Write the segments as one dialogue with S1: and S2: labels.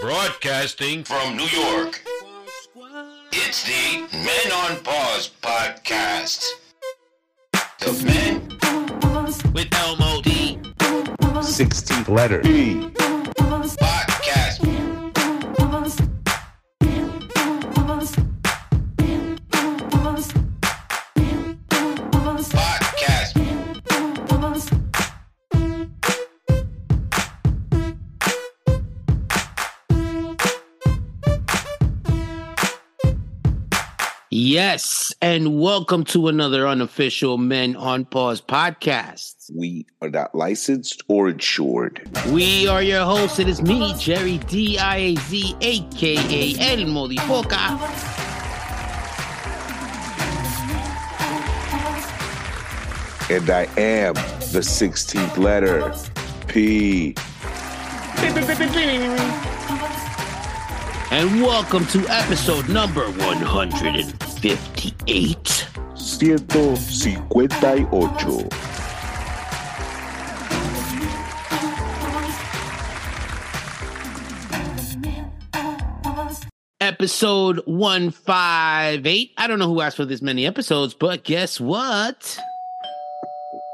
S1: Broadcasting from New York. It's the Men on Pause podcast. The men with Elmo D
S2: 16th letter.
S1: podcast. Podcast.
S3: Yes, and welcome to another unofficial Men on Pause podcast.
S2: We are not licensed or insured.
S3: We are your hosts. It is me, Jerry D I A Z, aka El Modifoca.
S2: And I am the 16th letter. P.
S3: And welcome to episode number 158.
S2: 158.
S3: Episode 158. I don't know who asked for this many episodes, but guess what?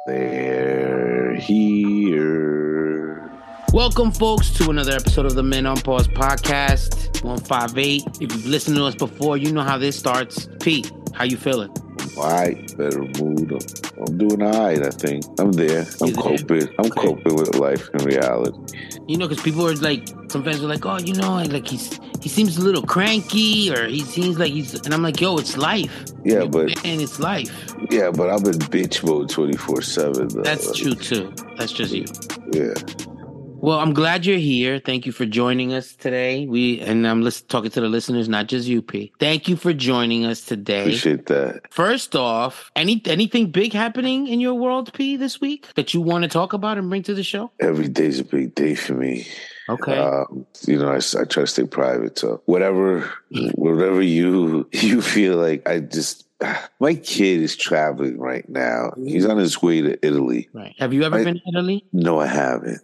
S2: They're here.
S3: Welcome, folks, to another episode of the Men on Pause podcast 158. If you've listened to us before, you know how this starts. Pete, how you feeling?
S2: Why? Better mood. I'm- I'm doing all right, I think. I'm there. I'm
S3: You there?
S2: coping. I'm
S3: Okay.
S2: coping with life and reality.
S3: You know, because people are like, some fans are like, oh, you know, like he's he seems a little cranky, or he seems like he's, and I'm like, yo, it's life.
S2: Yeah,
S3: You
S2: but
S3: man, it's life.
S2: yeah, but I'm in bitch mode 24 7.
S3: That's true too. That's just you.
S2: Yeah.
S3: Well, I'm glad you're here. Thank you for joining us today. We and I'm lis- talking to the listeners, not just you, P. Thank you for joining us today.
S2: Appreciate that.
S3: First off, any anything big happening in your world, P, this week that you want to talk about and bring to the show?
S2: Every day's a big day for me.
S3: Okay.
S2: Um, you know, I, s- I try to stay private. So whatever, whatever you you feel like, I just my kid is traveling right now.
S3: Mm-hmm.
S2: He's on his way to Italy.
S3: right. Have you ever
S2: I-
S3: been to Italy?
S2: No, I haven't.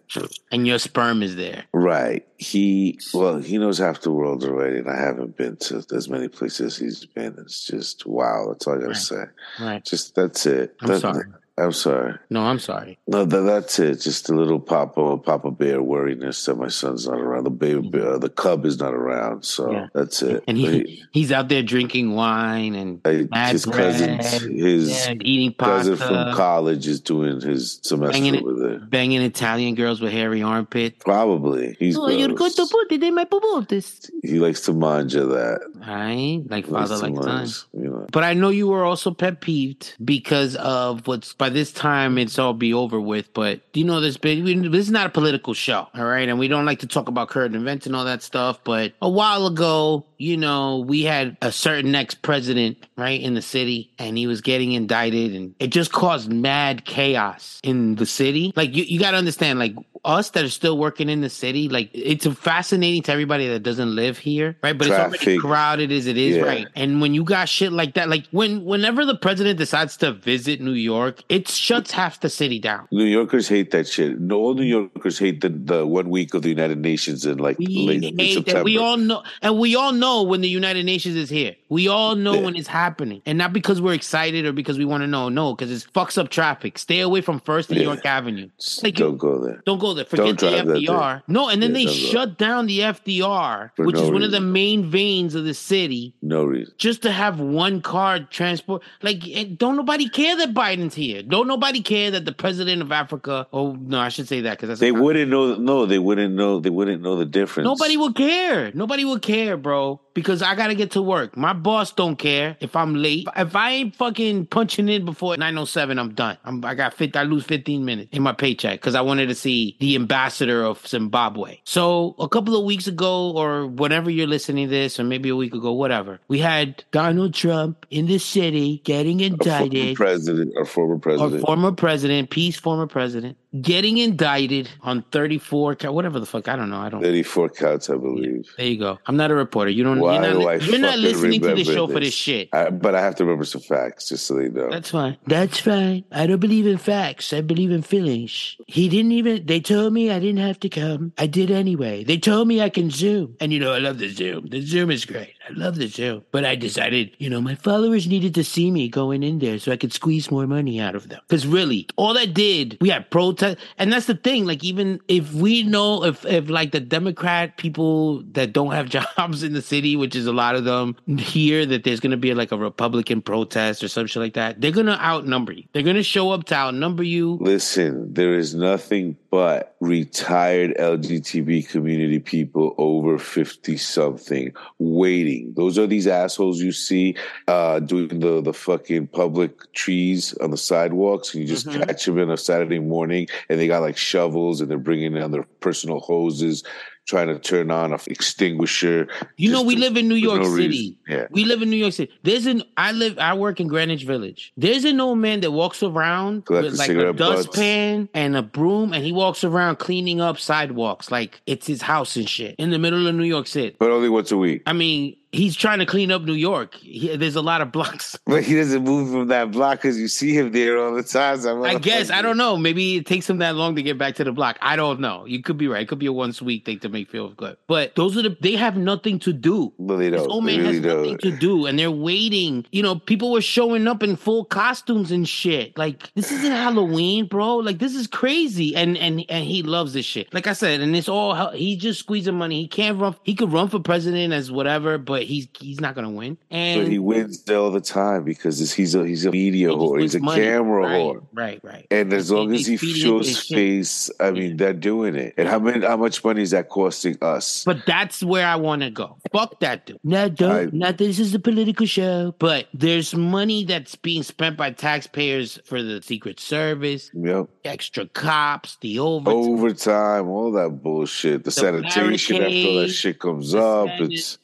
S3: And your sperm is there.
S2: Right? He well, he knows half the world already, and I haven't been to as many places he's been. It's just wow. That's all I gotta
S3: Right.
S2: say.
S3: Right.
S2: Just that's it.
S3: I'm
S2: That-
S3: sorry.
S2: I'm sorry.
S3: No, I'm sorry.
S2: No, that, that's it. Just a little Papa Papa Bear worriness that my son's not around. The baby bear, the cub is not around. So
S3: Mm-hmm. Yeah.
S2: that's it.
S3: And he, he's out there drinking wine and
S2: But he-
S3: Mad
S2: his cousins,
S3: bread.
S2: his
S3: yeah, eating
S2: cousin from
S3: pasta,
S2: college is doing his
S3: Banging
S2: semester
S3: it.
S2: over there.
S3: banging Italian girls with hairy armpits.
S2: Probably he's
S3: Oh, you're going
S2: gross.
S3: to put it in my pubotes.
S2: he likes to manja that.
S3: Right? Like
S2: He likes
S3: father,
S2: to
S3: like son.
S2: manja, You know,
S3: But I know you were also pet peeved because of what's by this time it's all be over with. But you know, there's been we, this is not a political show, all right? And we don't like to talk about current events and all that stuff. But a while ago, you know, we had a certain ex president right in the city, and he was getting indicted, and it just caused mad chaos in the city. Like you, you got to understand, like us that are still working in the city, like it's fascinating to everybody that doesn't live here, right? But it's already
S2: Traffic.
S3: crowded as it is,
S2: Yeah.
S3: right? And when you got shit like that, like when whenever the president decides to visit New York, it shuts half the city down.
S2: New Yorkers hate that shit. No, all New Yorkers hate the, the one week of the United Nations in like
S3: We
S2: late
S3: hate
S2: September.
S3: that. We all know, and we all know when the United Nations is here. We all know
S2: Yeah.
S3: when it's happening, and not because we're excited or because we want to know. No, because it fucks up traffic. Stay away from First and
S2: Yeah.
S3: York Avenue.
S2: Just
S3: like you-
S2: don't go there.
S3: Don't go there.
S2: Don't
S3: Forget the
S2: drive that day.
S3: FDR. No, and then
S2: Yeah,
S3: they
S2: don't go.
S3: shut down the FDR,
S2: For
S3: which
S2: no
S3: is one of the
S2: reason.
S3: main veins of the city.
S2: No reason.
S3: just to have one car transport like it- don't nobody care that biden's here don't nobody care that the president of africa oh no i should say that because that's
S2: They
S3: not-
S2: wouldn't know. No, they wouldn't know. They wouldn't know the difference.
S3: nobody will care nobody will care bro because i gotta get to work my boss don't care if i'm late if i ain't fucking punching in before 907 i'm done I'm, i got 50 i lose 15 minutes in my paycheck because i wanted to see the ambassador of zimbabwe so a couple of weeks ago or whenever you're listening to this or maybe a week ago whatever we had donald trump in the city getting
S2: Our former
S3: indicted
S2: president. Our former
S3: Or
S2: president.
S3: former president, Peace former president, getting indicted on 34 co- whatever the fuck i don't know i don't
S2: 34 counts, I believe.
S3: there you go i'm not a reporter you don't
S2: Why
S3: you're not,
S2: do
S3: li-
S2: I
S3: you're not
S2: fucking
S3: listening to the
S2: remember
S3: show for
S2: this?
S3: this shit
S2: I, but I have to remember some facts just so they know.
S3: that's fine. That's fine. I don't believe in facts. I believe in feelings. He didn't even, they told me I didn't have to come. I did anyway. They told me I can Zoom. And you know, I love the Zoom. The Zoom is great. I love the Zoom. But I decided, you know, my followers needed to see me going in there so I could squeeze more money out of them. Because really, all that did, we had protest. And that's the thing. Like, even if we know, if, if like the Democrat people that don't have jobs in the city, which is a lot of them, hear that there's going to be like a Republican protest or some shit like that, they're going to outnumber you. They're going to show up to outnumber you.
S2: Listen, there is nothing but retired LGTB community people over 50 something waiting. Those are these assholes you see uh, doing the, the fucking public trees on the sidewalks. And you just
S3: Mhm.
S2: catch them in a Saturday morning and they got like shovels and they're bringing down their personal hoses, trying to turn on a extinguisher.
S3: You know,
S2: Just
S3: we
S2: to-
S3: live in New
S2: for
S3: York
S2: no
S3: City.
S2: reason. Yeah.
S3: We live in New York City. There's an I live I work in Greenwich Village. There's an old man that walks around
S2: Collecting
S3: with like a
S2: cigarette butts.
S3: dustpan and a broom and he walks around cleaning up sidewalks like it's his house and shit in the middle of New York City.
S2: But only once a week.
S3: I mean, he's trying to clean up New York. He, there's a lot of blocks.
S2: But he doesn't move from that block because you see him there all the time. So
S3: I guess I don't know. Maybe it takes him that long to get back to the block. I don't know. You could be right. It could be a once a week thing to make feel good. But those are the they have nothing to do.
S2: But they
S3: This
S2: don't.
S3: old
S2: They
S3: man
S2: really
S3: has nothing
S2: don't.
S3: to do, and they're waiting. You know, people were showing up in full costumes and shit. Like this isn't Halloween, bro. Like this is crazy. And and and he loves this shit. Like I said, and it's all hel- he just squeezing money. He can't run. He could run for president as whatever, but he's he's not gonna win. And
S2: But he wins all the time because it's- he's a he's a media
S3: he just
S2: whore.
S3: wins
S2: He's a
S3: money.
S2: camera
S3: right,
S2: whore.
S3: Right, right.
S2: And as long
S3: He-
S2: as he
S3: he's feeding into
S2: shows
S3: his shit.
S2: face, I mean, they're doing it. And how many, how much money is that costing us?
S3: But that's where I want to go. Fuck that dude. No, don't.
S2: I-
S3: not this is a political show. But there's money that's being spent by taxpayers for the Secret Service,
S2: Yep.
S3: extra cops, the overtime.
S2: Overtime, all that bullshit. The, sanitation after all that
S3: barricade,
S2: shit comes
S3: the
S2: up. It's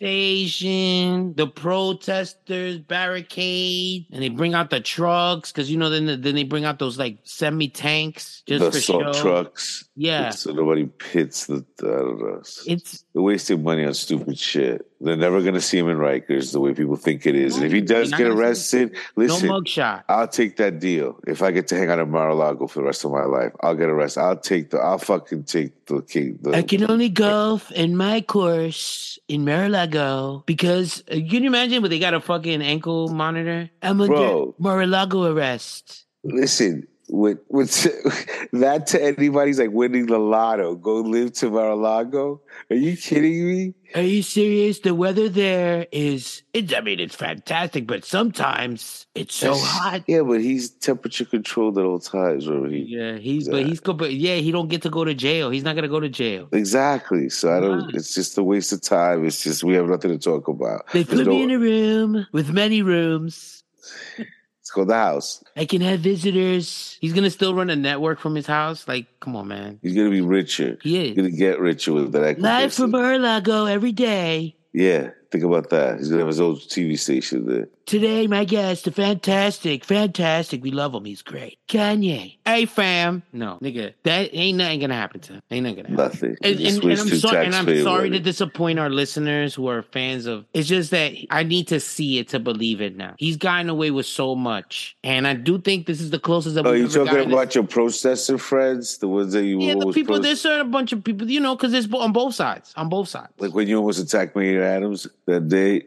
S3: sanitation, the protesters barricade, and they bring out the trucks because you know then then they bring out those like semi tanks just
S2: the
S3: for
S2: assault
S3: show.
S2: trucks.
S3: Yeah,
S2: So nobody pits the, I don't know.
S3: it's
S2: They're wasting money on stupid shit. They're never gonna see him in Rikers the way people think it is. And if he
S3: You're
S2: does
S3: not
S2: get
S3: gonna see him.
S2: arrested, listen,
S3: no mugshot.
S2: I'll take that deal. If I get to hang out in Mar-a-Lago for the rest of my life, I'll get arrested. I'll take the. I'll fucking take the king. The,
S3: I can only golf in my course in Mar-a-Lago because uh, can you imagine? But they got a fucking ankle monitor. I'm under
S2: Bro.
S3: Mar-a-Lago arrest.
S2: listen, with with that to anybody's like winning the lotto. Go live to Mar-a-Lago. Are you kidding me?
S3: Are you serious? The weather there is. It's, I mean, it's fantastic, but sometimes it's so hot.
S2: Yeah, but he's temperature controlled at all times. Or he,
S3: Yeah, he's but he's go- but yeah, he don't get to go to jail. He's not gonna go to jail.
S2: Exactly. So I don't.
S3: Right.
S2: It's just a waste of time. It's just we have nothing to talk about.
S3: They
S2: There's
S3: put me
S2: no-
S3: in a room with many rooms.
S2: It's called the house.
S3: I can have visitors. He's gonna still run a network from his house. Like, come on, man.
S2: He's gonna be richer.
S3: He is.
S2: He's gonna get richer with that.
S3: Live from
S2: acquisition.
S3: Mar-a-Lago every day.
S2: Yeah, think about that. He's gonna have his own TV station there.
S3: Today, my guest, the fantastic, fantastic. We love him. He's great. Kanye. Hey, fam. No, nigga, that ain't nothing gonna happen to him. Ain't nothing gonna happen.
S2: Nothing.
S3: And, and,
S2: Just
S3: and I'm
S2: wasting
S3: sorry, and I'm
S2: taxpayer
S3: sorry to
S2: money.
S3: disappoint our listeners who are fans of. It's just that I need to see it to believe it now. He's gotten away with so much, and I do think this is the closest. that
S2: Oh,
S3: we've
S2: you
S3: ever
S2: talking
S3: gotten to
S2: about your processor friends, the ones that you
S3: Yeah, the
S2: almost
S3: people.
S2: proce-
S3: There's certain bunch of people, you know, because there's bo- on both sides. On both sides.
S2: like when you almost attacked Mayor Adams that day.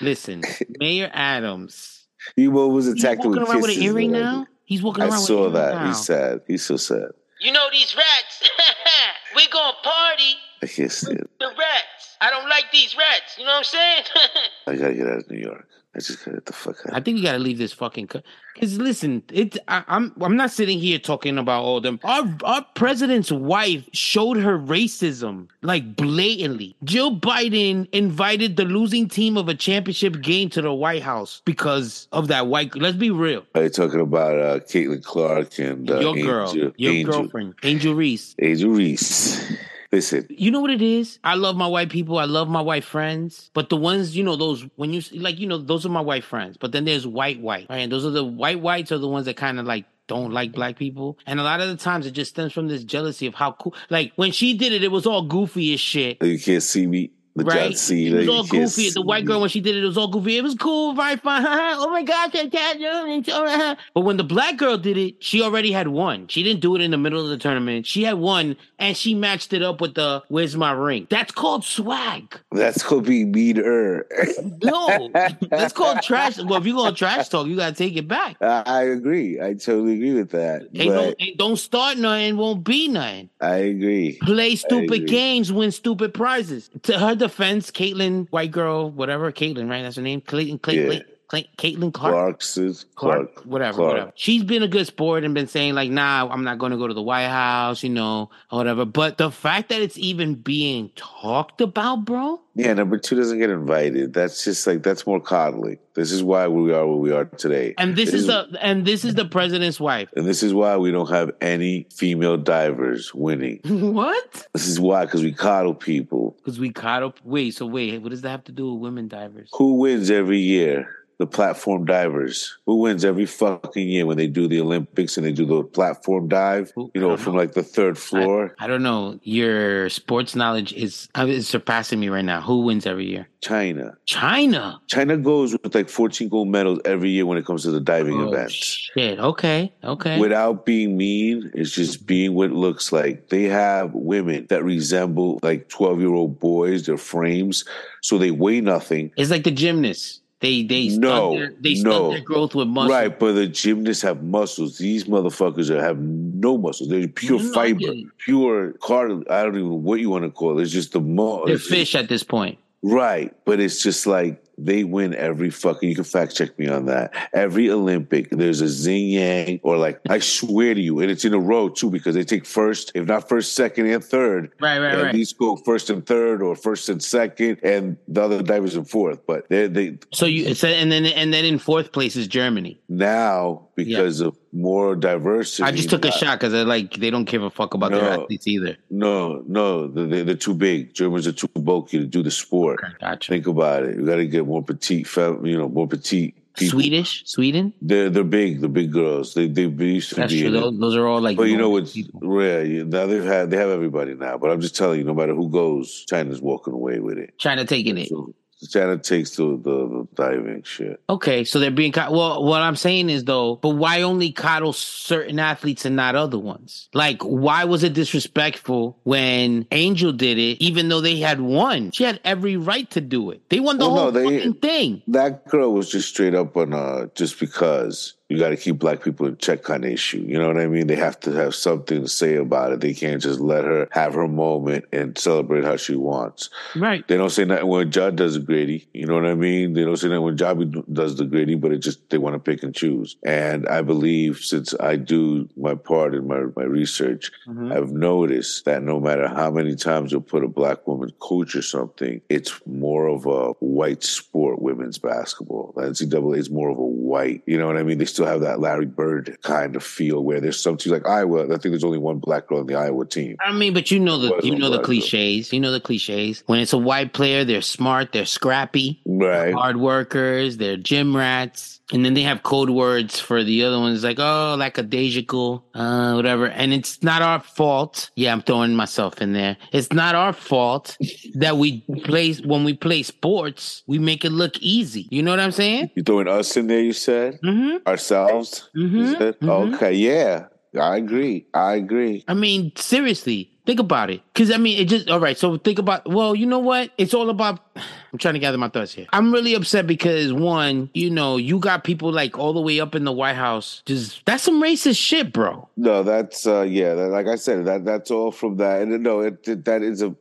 S3: Listen, Mayor Adams.
S2: You almost
S3: He's
S2: attacked
S3: walking
S2: him with
S3: around with an
S2: kisses
S3: earring
S2: and
S3: now.
S2: everything.
S3: He's walking
S2: I
S3: around.
S2: saw
S3: with an earring
S2: that.
S3: Now.
S2: He's sad. He's so sad.
S3: You know these rats. We're gonna party
S2: I can't stand. It.
S3: the rats. I don't like these rats. You know what I'm saying?
S2: I gotta get out of New York. I just gotta get the fuck
S3: I
S2: out.
S3: think we gotta leave this fucking. Co- Cause listen, it. I, I'm. I'm not sitting here talking about all them. Our our president's wife showed her racism like blatantly. Joe Biden invited the losing team of a championship game to the White House because of that white. Let's be real.
S2: Are you talking about uh, Caitlin Clark and uh,
S3: your
S2: Angel,
S3: girl, your
S2: Angel,
S3: girlfriend, Angel Reese.
S2: Angel Reese? Listen,
S3: You know what it is? I love my white people. I love my white friends. But the ones, you know, those when you like, you know, those are my white friends. But then there's white white, right? And those are the white whites are the ones that kind of like don't like black people. And a lot of the times it just stems from this jealousy of how cool. Like when she did it, it was all goofy as shit.
S2: You can't see me. But
S3: right?
S2: see,
S3: it was
S2: like,
S3: all
S2: you can't
S3: goofy.
S2: see
S3: The white girl
S2: me.
S3: when she did it, it was all goofy. It was cool, right? Fine. oh my gosh, I can't do it. Oh, uh-huh. But when the black girl did it, she already had one. She didn't do it in the middle of the tournament. She had one, and she matched it up with the "Where's my ring?" That's called swag.
S2: That's gonna be meaner.
S3: No, that's called trash. Well, if you're gonna trash talk, you gotta take it back.
S2: I, I agree. I totally agree with that.
S3: Ain't no,
S2: but
S3: ain't, don't start nothing, won't be nothing.
S2: I agree.
S3: Play
S2: agree.
S3: stupid games, win stupid prizes. To her defense, Caitlyn, white girl, whatever, Caitlyn, right? That's her name. Clayton, Clayton,
S2: Yeah.
S3: Clayton, Caitlyn Clark.
S2: Clarkson,
S3: Clark,
S2: Clark,
S3: whatever,
S2: Clark.
S3: whatever. She's been a good sport and been saying like, "Nah, I'm not going to go to the White House," you know, or whatever. But the fact that it's even being talked about, bro,
S2: Yeah, number two doesn't get invited. That's just like that's more coddling. This is why we are where we are today.
S3: and this
S2: It
S3: is
S2: is-
S3: the and this is the president's wife.
S2: And this is why we don't have any female divers winning.
S3: what?
S2: This is why, because we coddle people.
S3: Because we caught up. Wait, so wait, what does that have to do with women divers?
S2: Who wins every year? The platform divers. Who wins every fucking year when they do the Olympics and they do the platform dive?
S3: Who- I
S2: You know,
S3: don't
S2: from
S3: know.
S2: like the third floor.
S3: I don't know. Your sports knowledge is uh, is surpassing me right now. Who wins every year?
S2: China.
S3: China.
S2: China goes with like 14 gold medals every year when it comes to the diving
S3: Oh,
S2: events.
S3: shit. Okay. Okay.
S2: without being mean it's just being what it looks like they have women that resemble like 12 year old boys their frames so they weigh nothing
S3: It's like the gymnasts. They they stunt
S2: No,
S3: their, they stunt
S2: no.
S3: their growth with muscle.
S2: right but the gymnasts have muscles these motherfuckers are- have no muscles they're pure
S3: You know,
S2: fiber
S3: you-
S2: pure cartilage i don't even know what you want to call it it's just the muscle
S3: They're fish at this point.
S2: Right, but it's just like they win every fucking. You can fact check me on that. Every Olympic, there's a zing yang, or like I swear to you, and it's in a row too because they take first, if not first, second, and third.
S3: Right, right,
S2: and
S3: right.
S2: these go first and third, or first and second, and the other divers in fourth. But they, they
S3: so you so, and then and then in fourth place is Germany.
S2: now because of more diversity.
S3: I just took a shot because like they don't give a fuck about their
S2: No.
S3: athletes either.
S2: No, no, they- they're too big. Germans are too bulky to do the sport.
S3: Gotcha.
S2: Think about it. You got to get more petite, fem- you know, more petite. people.
S3: Swedish, Sweden.
S2: They're they're big, the big girls. They they used to
S3: That's
S2: be.
S3: true.
S2: in it.
S3: Those, those are all like.
S2: But you know
S3: normal
S2: what's
S3: people.
S2: rare? you- Now they've had they have everybody now. But I'm just telling you, no matter who goes, China's walking away with it.
S3: China taking it.
S2: So China takes the the, the diving shit.
S3: Okay, so they're being caught. Well, what I'm saying is though, but why only coddle certain athletes and not other ones? Like, why was it disrespectful when Angel did it, even though they had won? She had every right to do it. They won the
S2: Well, no,
S3: whole
S2: they-
S3: fucking thing.
S2: That girl was just straight up on uh just because you got to keep black people in check kind of issue. You know what I mean? They have to have something to say about it. They can't just let her have her moment and celebrate how she wants.
S3: Right.
S2: They don't say nothing when Judd does the gritty. You know what I mean? They don't say nothing when Jobby does the gritty, but it just they want to pick and choose. And I believe since I do my part in my, my research, I've noticed that no matter how many times you'll put a black woman coach or something, it's more of a white sport, women's basketball. The NCAA is more of a white, you know what I mean? They still have that Larry Bird kind of feel where there's some teams like Iowa. I think there's only one black girl on the Iowa team.
S3: I mean, but you know the
S2: Wasn't
S3: you know the
S2: black, though.
S3: cliches. You know the cliches. When it's a white player, they're smart, they're scrappy,
S2: Right.
S3: hard workers, they're gym rats, and then they have code words for the other ones like oh, lackadaisical, uh, whatever. And it's not our fault. Yeah, I'm throwing myself in there. It's not our fault that we play when we play sports, we make it look easy. You know what I'm saying?
S2: You throwing us in there, you said?
S3: hmm
S2: ourselves.
S3: Mhm,
S2: Is it?
S3: mhm.
S2: Okay, yeah, I agree. I agree.
S3: I mean, seriously, think about it. Because I mean, it just all right. So think about. Well, you know what? It's all about. I'm trying to gather my thoughts here. I'm really upset because one, you know, you got people like all the way up in the White House. Just that's some racist shit, bro.
S2: No, that's uh, yeah. That, like I said, that that's all from that. And no, it, it- that is a.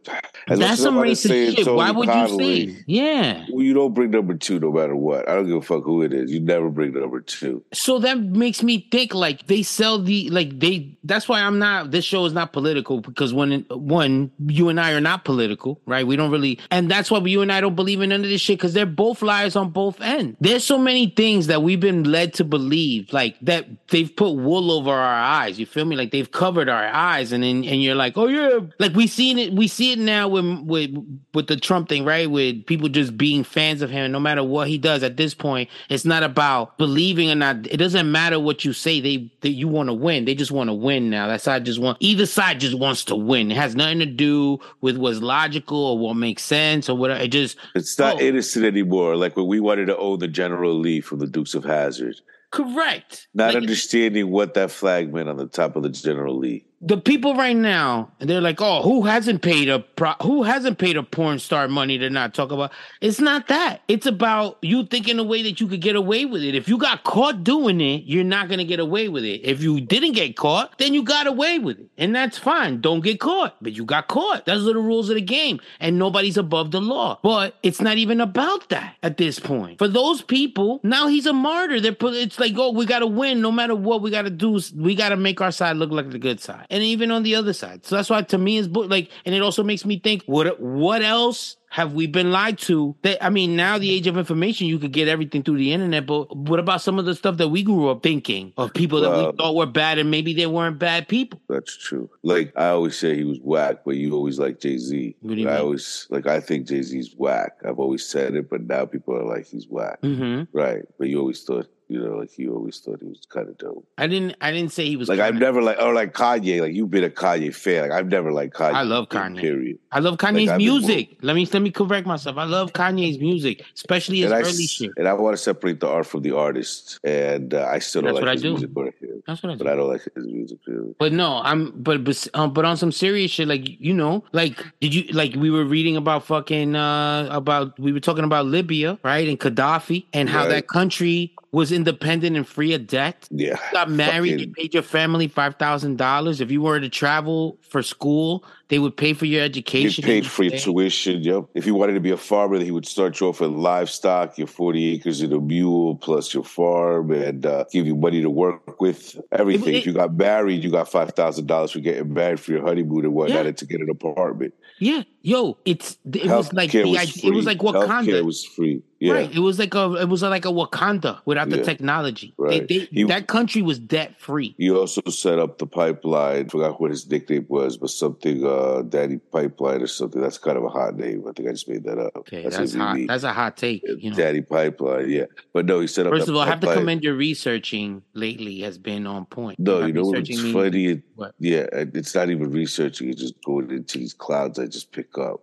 S2: As much
S3: that's
S2: as I
S3: some
S2: wanna say
S3: racist
S2: it's
S3: shit. Why
S2: only
S3: would
S2: coddling,
S3: you say? it? Yeah.
S2: well, You don't bring number two, no matter what. I don't give a fuck who it is. You never bring number two.
S3: So that makes me think like they sell the like they. That's why I'm not. This show is not political because because when one you and I are not political, right? We don't really, and that's why you and I don't believe in none of this shit because they're both liars on both ends. There's so many things that we've been led to believe, like that they've put wool over our eyes. You feel me? Like they've covered our eyes, and then and you're like, oh yeah, like we seen it, we see it now with with with the Trump thing, right? With people just being fans of him, no matter what he does. At this point, it's not about believing or not. It doesn't matter what you say. They that you want to win. They just want to win now. That side just want either side just wants to win. It has nothing to do with what's logical or what makes sense or whatever. It just
S2: it's not oh. innocent anymore. Like when we wanted to own the General Lee from the Dukes of Hazard.
S3: Correct.
S2: Not like, understanding what that flag meant on the top of the General Lee.
S3: The people right now, they're like, "Oh, who hasn't paid a pro- who hasn't paid a porn star money to not talk about?" It's not that. It's about you thinking a way that you could get away with it. If you got caught doing it, you're not gonna get away with it. If you didn't get caught, then you got away with it, and that's fine. Don't get caught, but you got caught. Those are the rules of the game, and nobody's above the law. But it's not even about that at this point. For those people, now he's a martyr. They're put, it's like, oh, we got to win no matter what. We got to do. We got to make our side look like the good side, and even on the other side. So that's why to me is like, and it also makes me think, what what else have we been lied to? That I mean, now the age of information, you could get everything through the internet. But what about some of the stuff that we grew up thinking of people that well, we thought were bad, and maybe they weren't bad people?
S2: That's true. Like I always say, he was whack, but you always like Jay Z. I mean? always like I think Jay Z's whack. I've always said it, but now people are like he's whack,
S3: mm-hmm.
S2: right? But you always thought you know, like he always thought he was kind of dope.
S3: I didn't, I didn't say he was
S2: like kinda. I've never like or like Kanye. Like you've been a Kanye fan. Like I've never like Kanye. I
S3: love Kanye.
S2: Period.
S3: I love Kanye's like, music. Let me let me correct myself. I love Kanye's music, especially his
S2: and
S3: early I, shit.
S2: And I want to separate the art from the artist. And uh, I still don't
S3: That's
S2: like
S3: his do.
S2: music. But,
S3: That's what I do.
S2: But I don't like his music. Really.
S3: But no, I'm but but um, but on some serious shit, like you know, like did you like we were reading about fucking uh about we were talking about Libya, right, and Gaddafi, and how right. that country was independent and free of debt.
S2: Yeah.
S3: You got married, Fucking. you paid your family five thousand dollars. If you were to travel for school, they would pay for your education.
S2: You paid for your tuition. Yep. If you wanted to be a farmer, he would start you off with livestock, your forty acres and a mule, plus your farm, and uh, give you money to work with. Everything. It, it, if you got married, you got five thousand dollars for getting married for your honeymoon and whatnot, yeah. and to get an apartment.
S3: Yeah, yo, it's it Healthcare was like the was idea, free. it was like Wakanda.
S2: Healthcare was free. Yeah.
S3: Right. It was like a it was like a Wakanda without the yeah. technology. Right. They, they, he, that country was debt free.
S2: You also set up the pipeline. Forgot what his nickname was, but something uh Daddy Pipeline or something. That's kind of a hot name. I think I just made that up.
S3: Okay, that's, that's hot. That's a hot take. You know?
S2: Daddy Pipeline. Yeah, but no, he set up.
S3: First of all, pipeline. I have to commend your researching lately has been on point.
S2: No, you know what's me? funny? It, what? Yeah, it's not even researching. It's just going into these clouds I just pick up.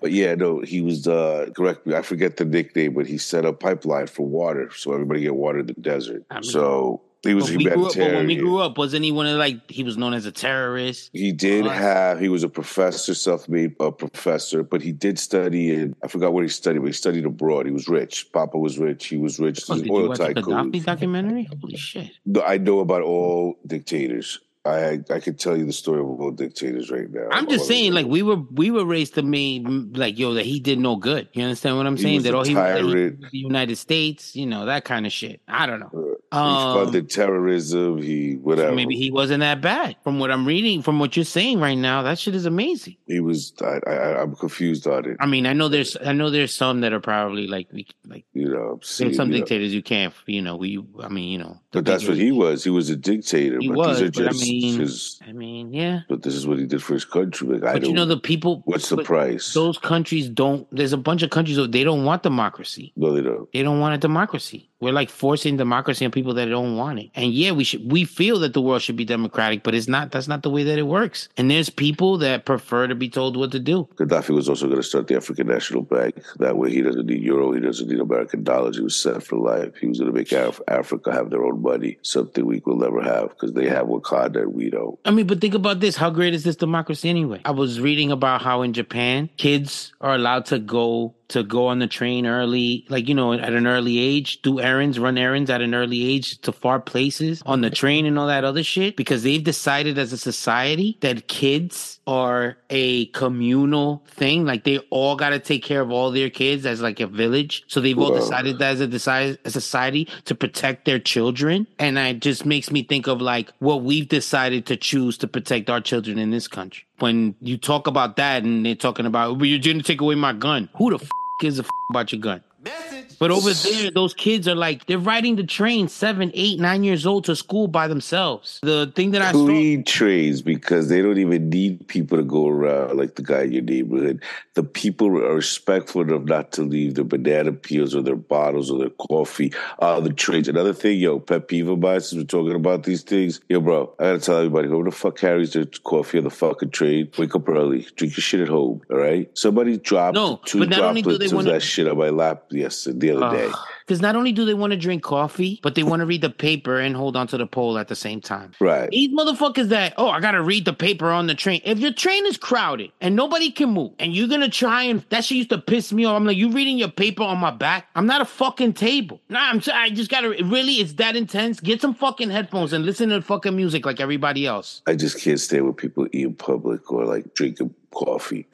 S2: but yeah, no, he was uh correct me. I forget the nickname but he set up pipeline for water so everybody get water in the desert. I mean, so he was
S3: when
S2: humanitarian.
S3: Up, when we grew up, wasn't he one of like he was known as a terrorist?
S2: He did uh, have he was a professor, self-made a professor, but he did study in I forgot what he studied, but he studied abroad. He was rich. Papa was rich. He was rich.
S3: Oh, did you watch tycoon. Gaddafi's documentary? Holy shit!
S2: No, I know about all dictators. I I could tell you the story of all dictators right now.
S3: I'm just saying, like we were we were raised to mean like yo that he did no good. You understand what I'm
S2: he
S3: saying? That all he
S2: was
S3: the United States, you know that kind of shit. I don't know.
S2: Uh, um, he funded terrorism. He whatever. So
S3: maybe he wasn't that bad from what I'm reading, from what you're saying right now. That shit is amazing.
S2: He was. I, I am confused on it.
S3: I mean, I know there's I know there's some that are probably like we like
S2: you know
S3: seeing, there's some dictators you, know. you can't you know we I mean you know
S2: but that's what he was. He was a dictator.
S3: He
S2: but
S3: was.
S2: These are just,
S3: I mean, I mean, his, I mean, yeah.
S2: But this is what he did for his country. Like,
S3: but
S2: I
S3: you know, the people.
S2: What's the price?
S3: Those countries don't. There's a bunch of countries that they don't want democracy.
S2: No, they don't.
S3: They don't want a democracy. We're like forcing democracy on people that don't want it. And yeah, we should. We feel that the world should be democratic, but it's not. That's not the way that it works. And there's people that prefer to be told what to do.
S2: Gaddafi was also going to start the African National Bank. That way, he doesn't need euro. He doesn't need American dollars. He was set for life. He was going to make Af- Africa have their own money, something we will never have because they have Wakanda and we don't.
S3: I mean, but think about this. How great is this democracy anyway? I was reading about how in Japan, kids are allowed to go to go on the train early, like, you know, at an early age, do errands, run errands at an early age to far places on the train and all that other shit, because they've decided as a society that kids are a communal thing. Like they all got to take care of all their kids as like a village. So they've all Whoa. decided that as a, deci- a society to protect their children. And it just makes me think of like what we've decided to choose to protect our children in this country when you talk about that and they're talking about, well, you're going to take away my gun. Who the f- gives a f- about your gun? Message. But over there, those kids are like they're riding the train, seven, eight, nine years old to school by themselves. The thing that I
S2: Free trains because they don't even need people to go around like the guy in your neighborhood. The people are respectful enough not to leave their banana peels or their bottles or their coffee on the trains. Another thing, yo, pet peeve of mine since we're talking about these things, yo, bro, I gotta tell everybody whoever the fuck carries their coffee on the fucking train, wake up early, drink your shit at home. All right, somebody dropped
S3: No,
S2: two
S3: but not only do
S2: droplets
S3: they
S2: of
S3: wanna- Ah.
S2: that shit on my lap yesterday the other day.
S3: Because not only do they want to drink coffee, but they want to read the paper and hold on to the poll at the same time.
S2: Right.
S3: These motherfuckers that, oh, I gotta read the paper on the train. If your train is crowded and nobody can move, and you're gonna try and that shit used to piss me off. I'm like, you reading your paper on my back? I'm not a fucking table. Nah, I'm so- I just gotta really, it's that intense. Get some fucking headphones and listen to the fucking music like everybody else.
S2: I just can't stand when people eat in public or like drinking coffee.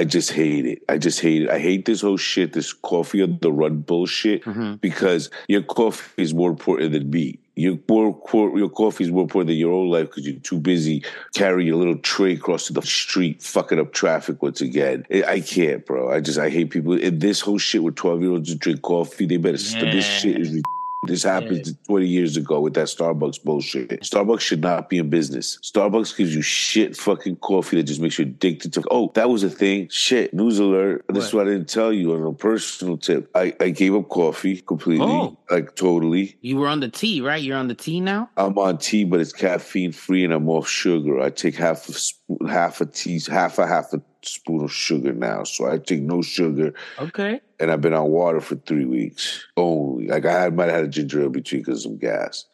S2: I just hate it. I just hate it. I hate this whole shit, this coffee on the run bullshit, because your coffee is more important than me. Your more, cor- your coffee is more important than your own life because you're too busy carrying your little tray across the street, fucking up traffic once again. I- I can't, bro. I just I hate people. And this whole shit with twelve year olds who drink coffee, they better. st- This
S3: Yeah.
S2: shit is ridiculous. This happened 20 years ago with that Starbucks bullshit. Starbucks should not be in business. Starbucks gives you shit fucking coffee that just makes you addicted to. Oh, that was a thing. Shit, news alert. This is
S3: What?
S2: what I didn't tell you on a personal tip. I, I gave up coffee completely,
S3: Oh.
S2: like totally.
S3: You were on the T, right? You're on the T now?
S2: I'm on tea, but it's caffeine free, and I'm off sugar. I take half a spoon, half a tea, half a half a spoon of sugar now. So I take no sugar,
S3: Okay.
S2: and I've been on water for three weeks only. Like I had, might have had a ginger ale between because of gas,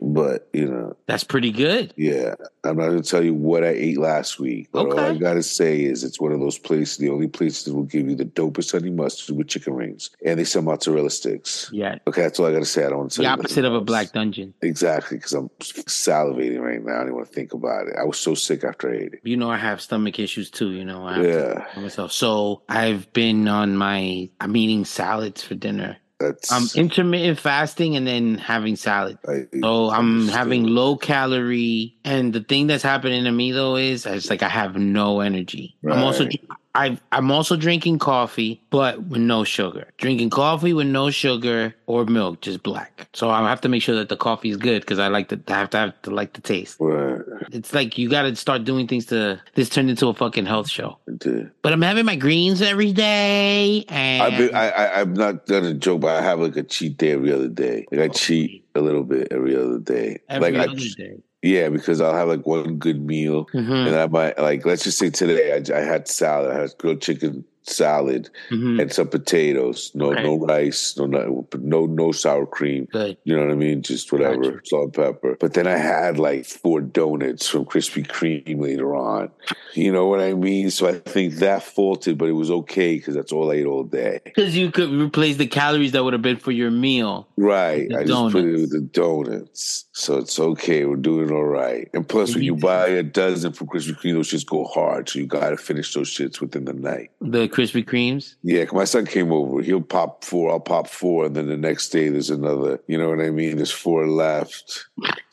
S2: but you know,
S3: That's pretty good.
S2: yeah, I'm not gonna tell you what I ate last week. But all I
S3: Okay.
S2: gotta say is it's one of those places, the only places that will give you the dopest honey mustard with chicken rings, and they sell mozzarella sticks.
S3: Yeah.
S2: Okay, that's all I gotta say. I don't want to tell
S3: The
S2: you nothing
S3: opposite of a
S2: else.
S3: black dungeon.
S2: Exactly, because I'm salivating right now. I don't want to think about it. I was so sick after I ate it.
S3: You know, I have stomach issues too. You know, I have to
S2: Yeah,
S3: for myself. So I've been on my I'm eating salads for dinner.
S2: that's.
S3: I'm intermittent fasting and then having salad.
S2: I-
S3: So I'm
S2: Understood.
S3: having low calorie, and the thing that's happening to me though is it's like I have no energy. I'm also
S2: Right.
S3: I I'm also drinking coffee, but with no sugar. Drinking coffee with no sugar or milk, just black. So I have to make sure that the coffee is good because I like to I have to have to like the taste.
S2: Right,
S3: It's like you got to start doing things to this turned into a fucking health show.
S2: I did.
S3: But I'm having my greens every day, and
S2: I've been, I, I, I'm not gonna joke, but I have like a cheat day every other day. Like I cheat a little bit every other day.
S3: Oh, every
S2: like
S3: other
S2: I,
S3: day.
S2: yeah, because I'll have like one good meal,
S3: Mhm,
S2: and I might like let's just say today I, I had salad, I had grilled chicken salad
S3: mhm.
S2: and some potatoes. No,
S3: Okay.
S2: no rice, no, no, no, no sour cream.
S3: Good.
S2: You know what I mean? Just whatever,
S3: Gotcha.
S2: salt and pepper. But then I had like four donuts from Krispy Kreme later on. You know what I mean? So I think that faulted, but it was okay because that's all I ate all day.
S3: Because you could replace the calories that would have been for your meal.
S2: Right.
S3: The
S2: I just put it
S3: donuts.
S2: with the donuts. So it's okay. We're doing all right. And plus, when
S3: You
S2: you
S3: need to-
S2: buy a dozen from Krispy Kreme, those shits go hard. So you got to finish those shits within the night.
S3: The Krispy Kremes.
S2: Yeah, 'cause my son came over. He'll pop four. I'll pop four, and then the next day there's another. You know what I mean? There's four left,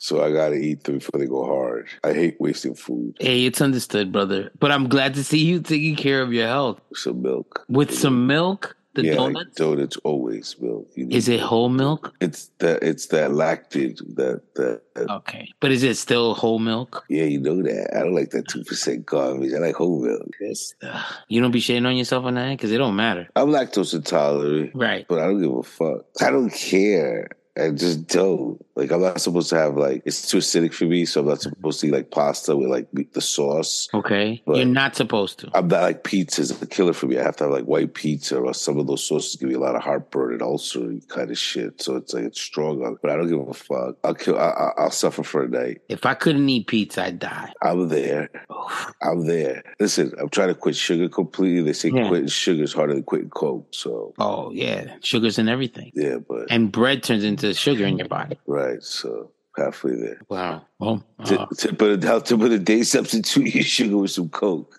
S2: so I gotta eat them before they go hard. I hate wasting food.
S3: Hey, it's understood, brother. But I'm glad to see you taking care of your health
S2: Some milk
S3: with some milk. The
S2: yeah, like
S3: donuts.
S2: donuts always milk. You need-
S3: Is it whole milk?
S2: It's that. It's that lactate. That that. that-
S3: Okay, but is it still whole milk?
S2: Yeah, you know that. I don't like that two percent garbage. I like whole milk.
S3: Ugh, You don't be shitting on yourself on that because it don't matter.
S2: I'm lactose intolerant.
S3: Right.
S2: but I don't give a fuck. I don't care. I just don't. Like I'm not supposed to have like it's too acidic for me, so I'm not supposed to eat like pasta with like meat- the sauce.
S3: Okay.
S2: But-
S3: You're not supposed to.
S2: I'm not like pizza is a killer for me. I have to have like white pizza or else some of those sauces give me a lot of heartburn and ulcer kind of shit. So it's like it's strong, on- but I don't give a fuck. I'll kill. I, I, I'll suffer for a night.
S3: If I couldn't eat pizza, I'd die.
S2: I'm there. I'm there. Listen, I'm trying to quit sugar completely. They say
S3: Yeah.
S2: quitting sugar is harder than quitting coke. So
S3: Oh yeah, sugars and everything.
S2: yeah, but
S3: And bread turns into sugar in your body.
S2: right. So halfway there.
S3: Wow. Well,
S2: T-
S3: uh,
S2: tip of the how tip of the day substitute your sugar with some coke.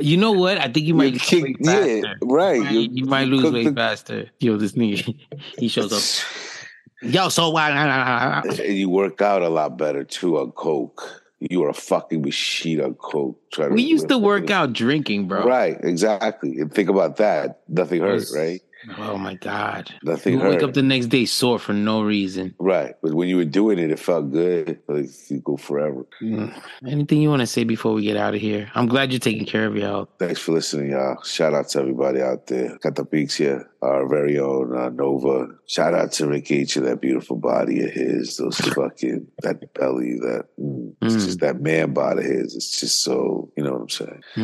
S3: you know what? I think you might
S2: You
S3: lose
S2: kick-
S3: weight
S2: yeah,
S3: faster.
S2: right.
S3: You might,
S2: You-
S3: you might
S2: you
S3: lose
S2: cook
S3: weight
S2: the-
S3: faster. Yo, this nigga, he shows up. Yo, so why?
S2: and you work out a lot better too on coke. you are a fucking machine on coke.
S3: Try we to used to work out drinking, bro.
S2: Right, exactly. And think about that. Nothing hurt, right?
S3: Oh my god!
S2: Nothing
S3: you
S2: hurt.
S3: Wake up the next day sore for no reason.
S2: Right, but when you were doing it, it felt good. Like you go forever.
S3: Mm. Anything you want to say before we get out of here? I'm glad you're taking care of your health.
S2: Thanks for listening, y'all. Shout out to everybody out there. Got the peaks here. Our very own uh, Nova. Shout out to Rick H and that beautiful body of his. Those fucking that belly, that mm, mm. just that man body of his. It's just so you know what I'm saying.
S3: Hmm.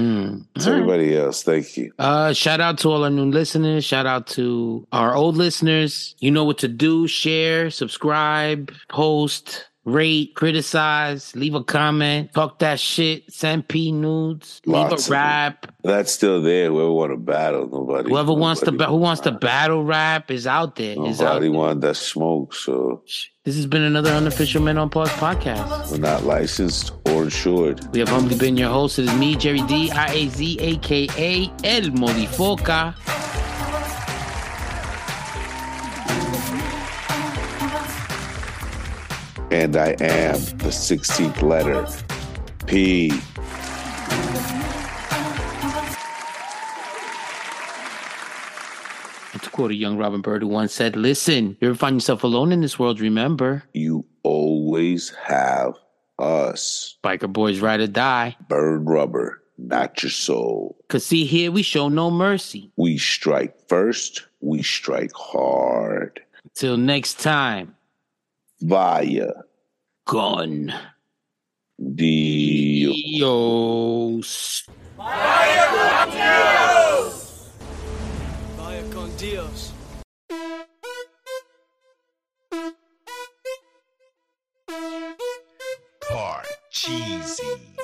S2: Mm. To everybody right. else, thank you.
S3: Uh, shout out to all our new listeners. Shout out to our old listeners. You know what to do share, subscribe, post, rate, criticize, leave a comment, talk that shit, send P nudes, Lots leave a rap.
S2: It. That's still there. Whoever want to battle, nobody.
S3: Whoever
S2: nobody
S3: wants to ba- who wants to battle rap is out there. Nobody is out there.
S2: want that smoke. So
S3: this has been another unofficial Men on Pause podcast.
S2: We're not licensed or insured.
S3: We have humbly been your host. It is me, Jerry D, I A Z, A K A El Modifoca.
S2: and I am the 16th letter. P.
S3: To quote a young Robin Bird who once said, Listen, you ever find yourself alone in this world, remember.
S2: You always have us.
S3: Biker boys ride or die.
S2: Burn rubber, not your soul.
S3: Cause see here, we show no mercy.
S2: We strike first, we strike hard.
S3: Till next time
S2: via
S3: gun.
S2: Dios. Vaya con Dios. Vaya con Dios. Parcheesi.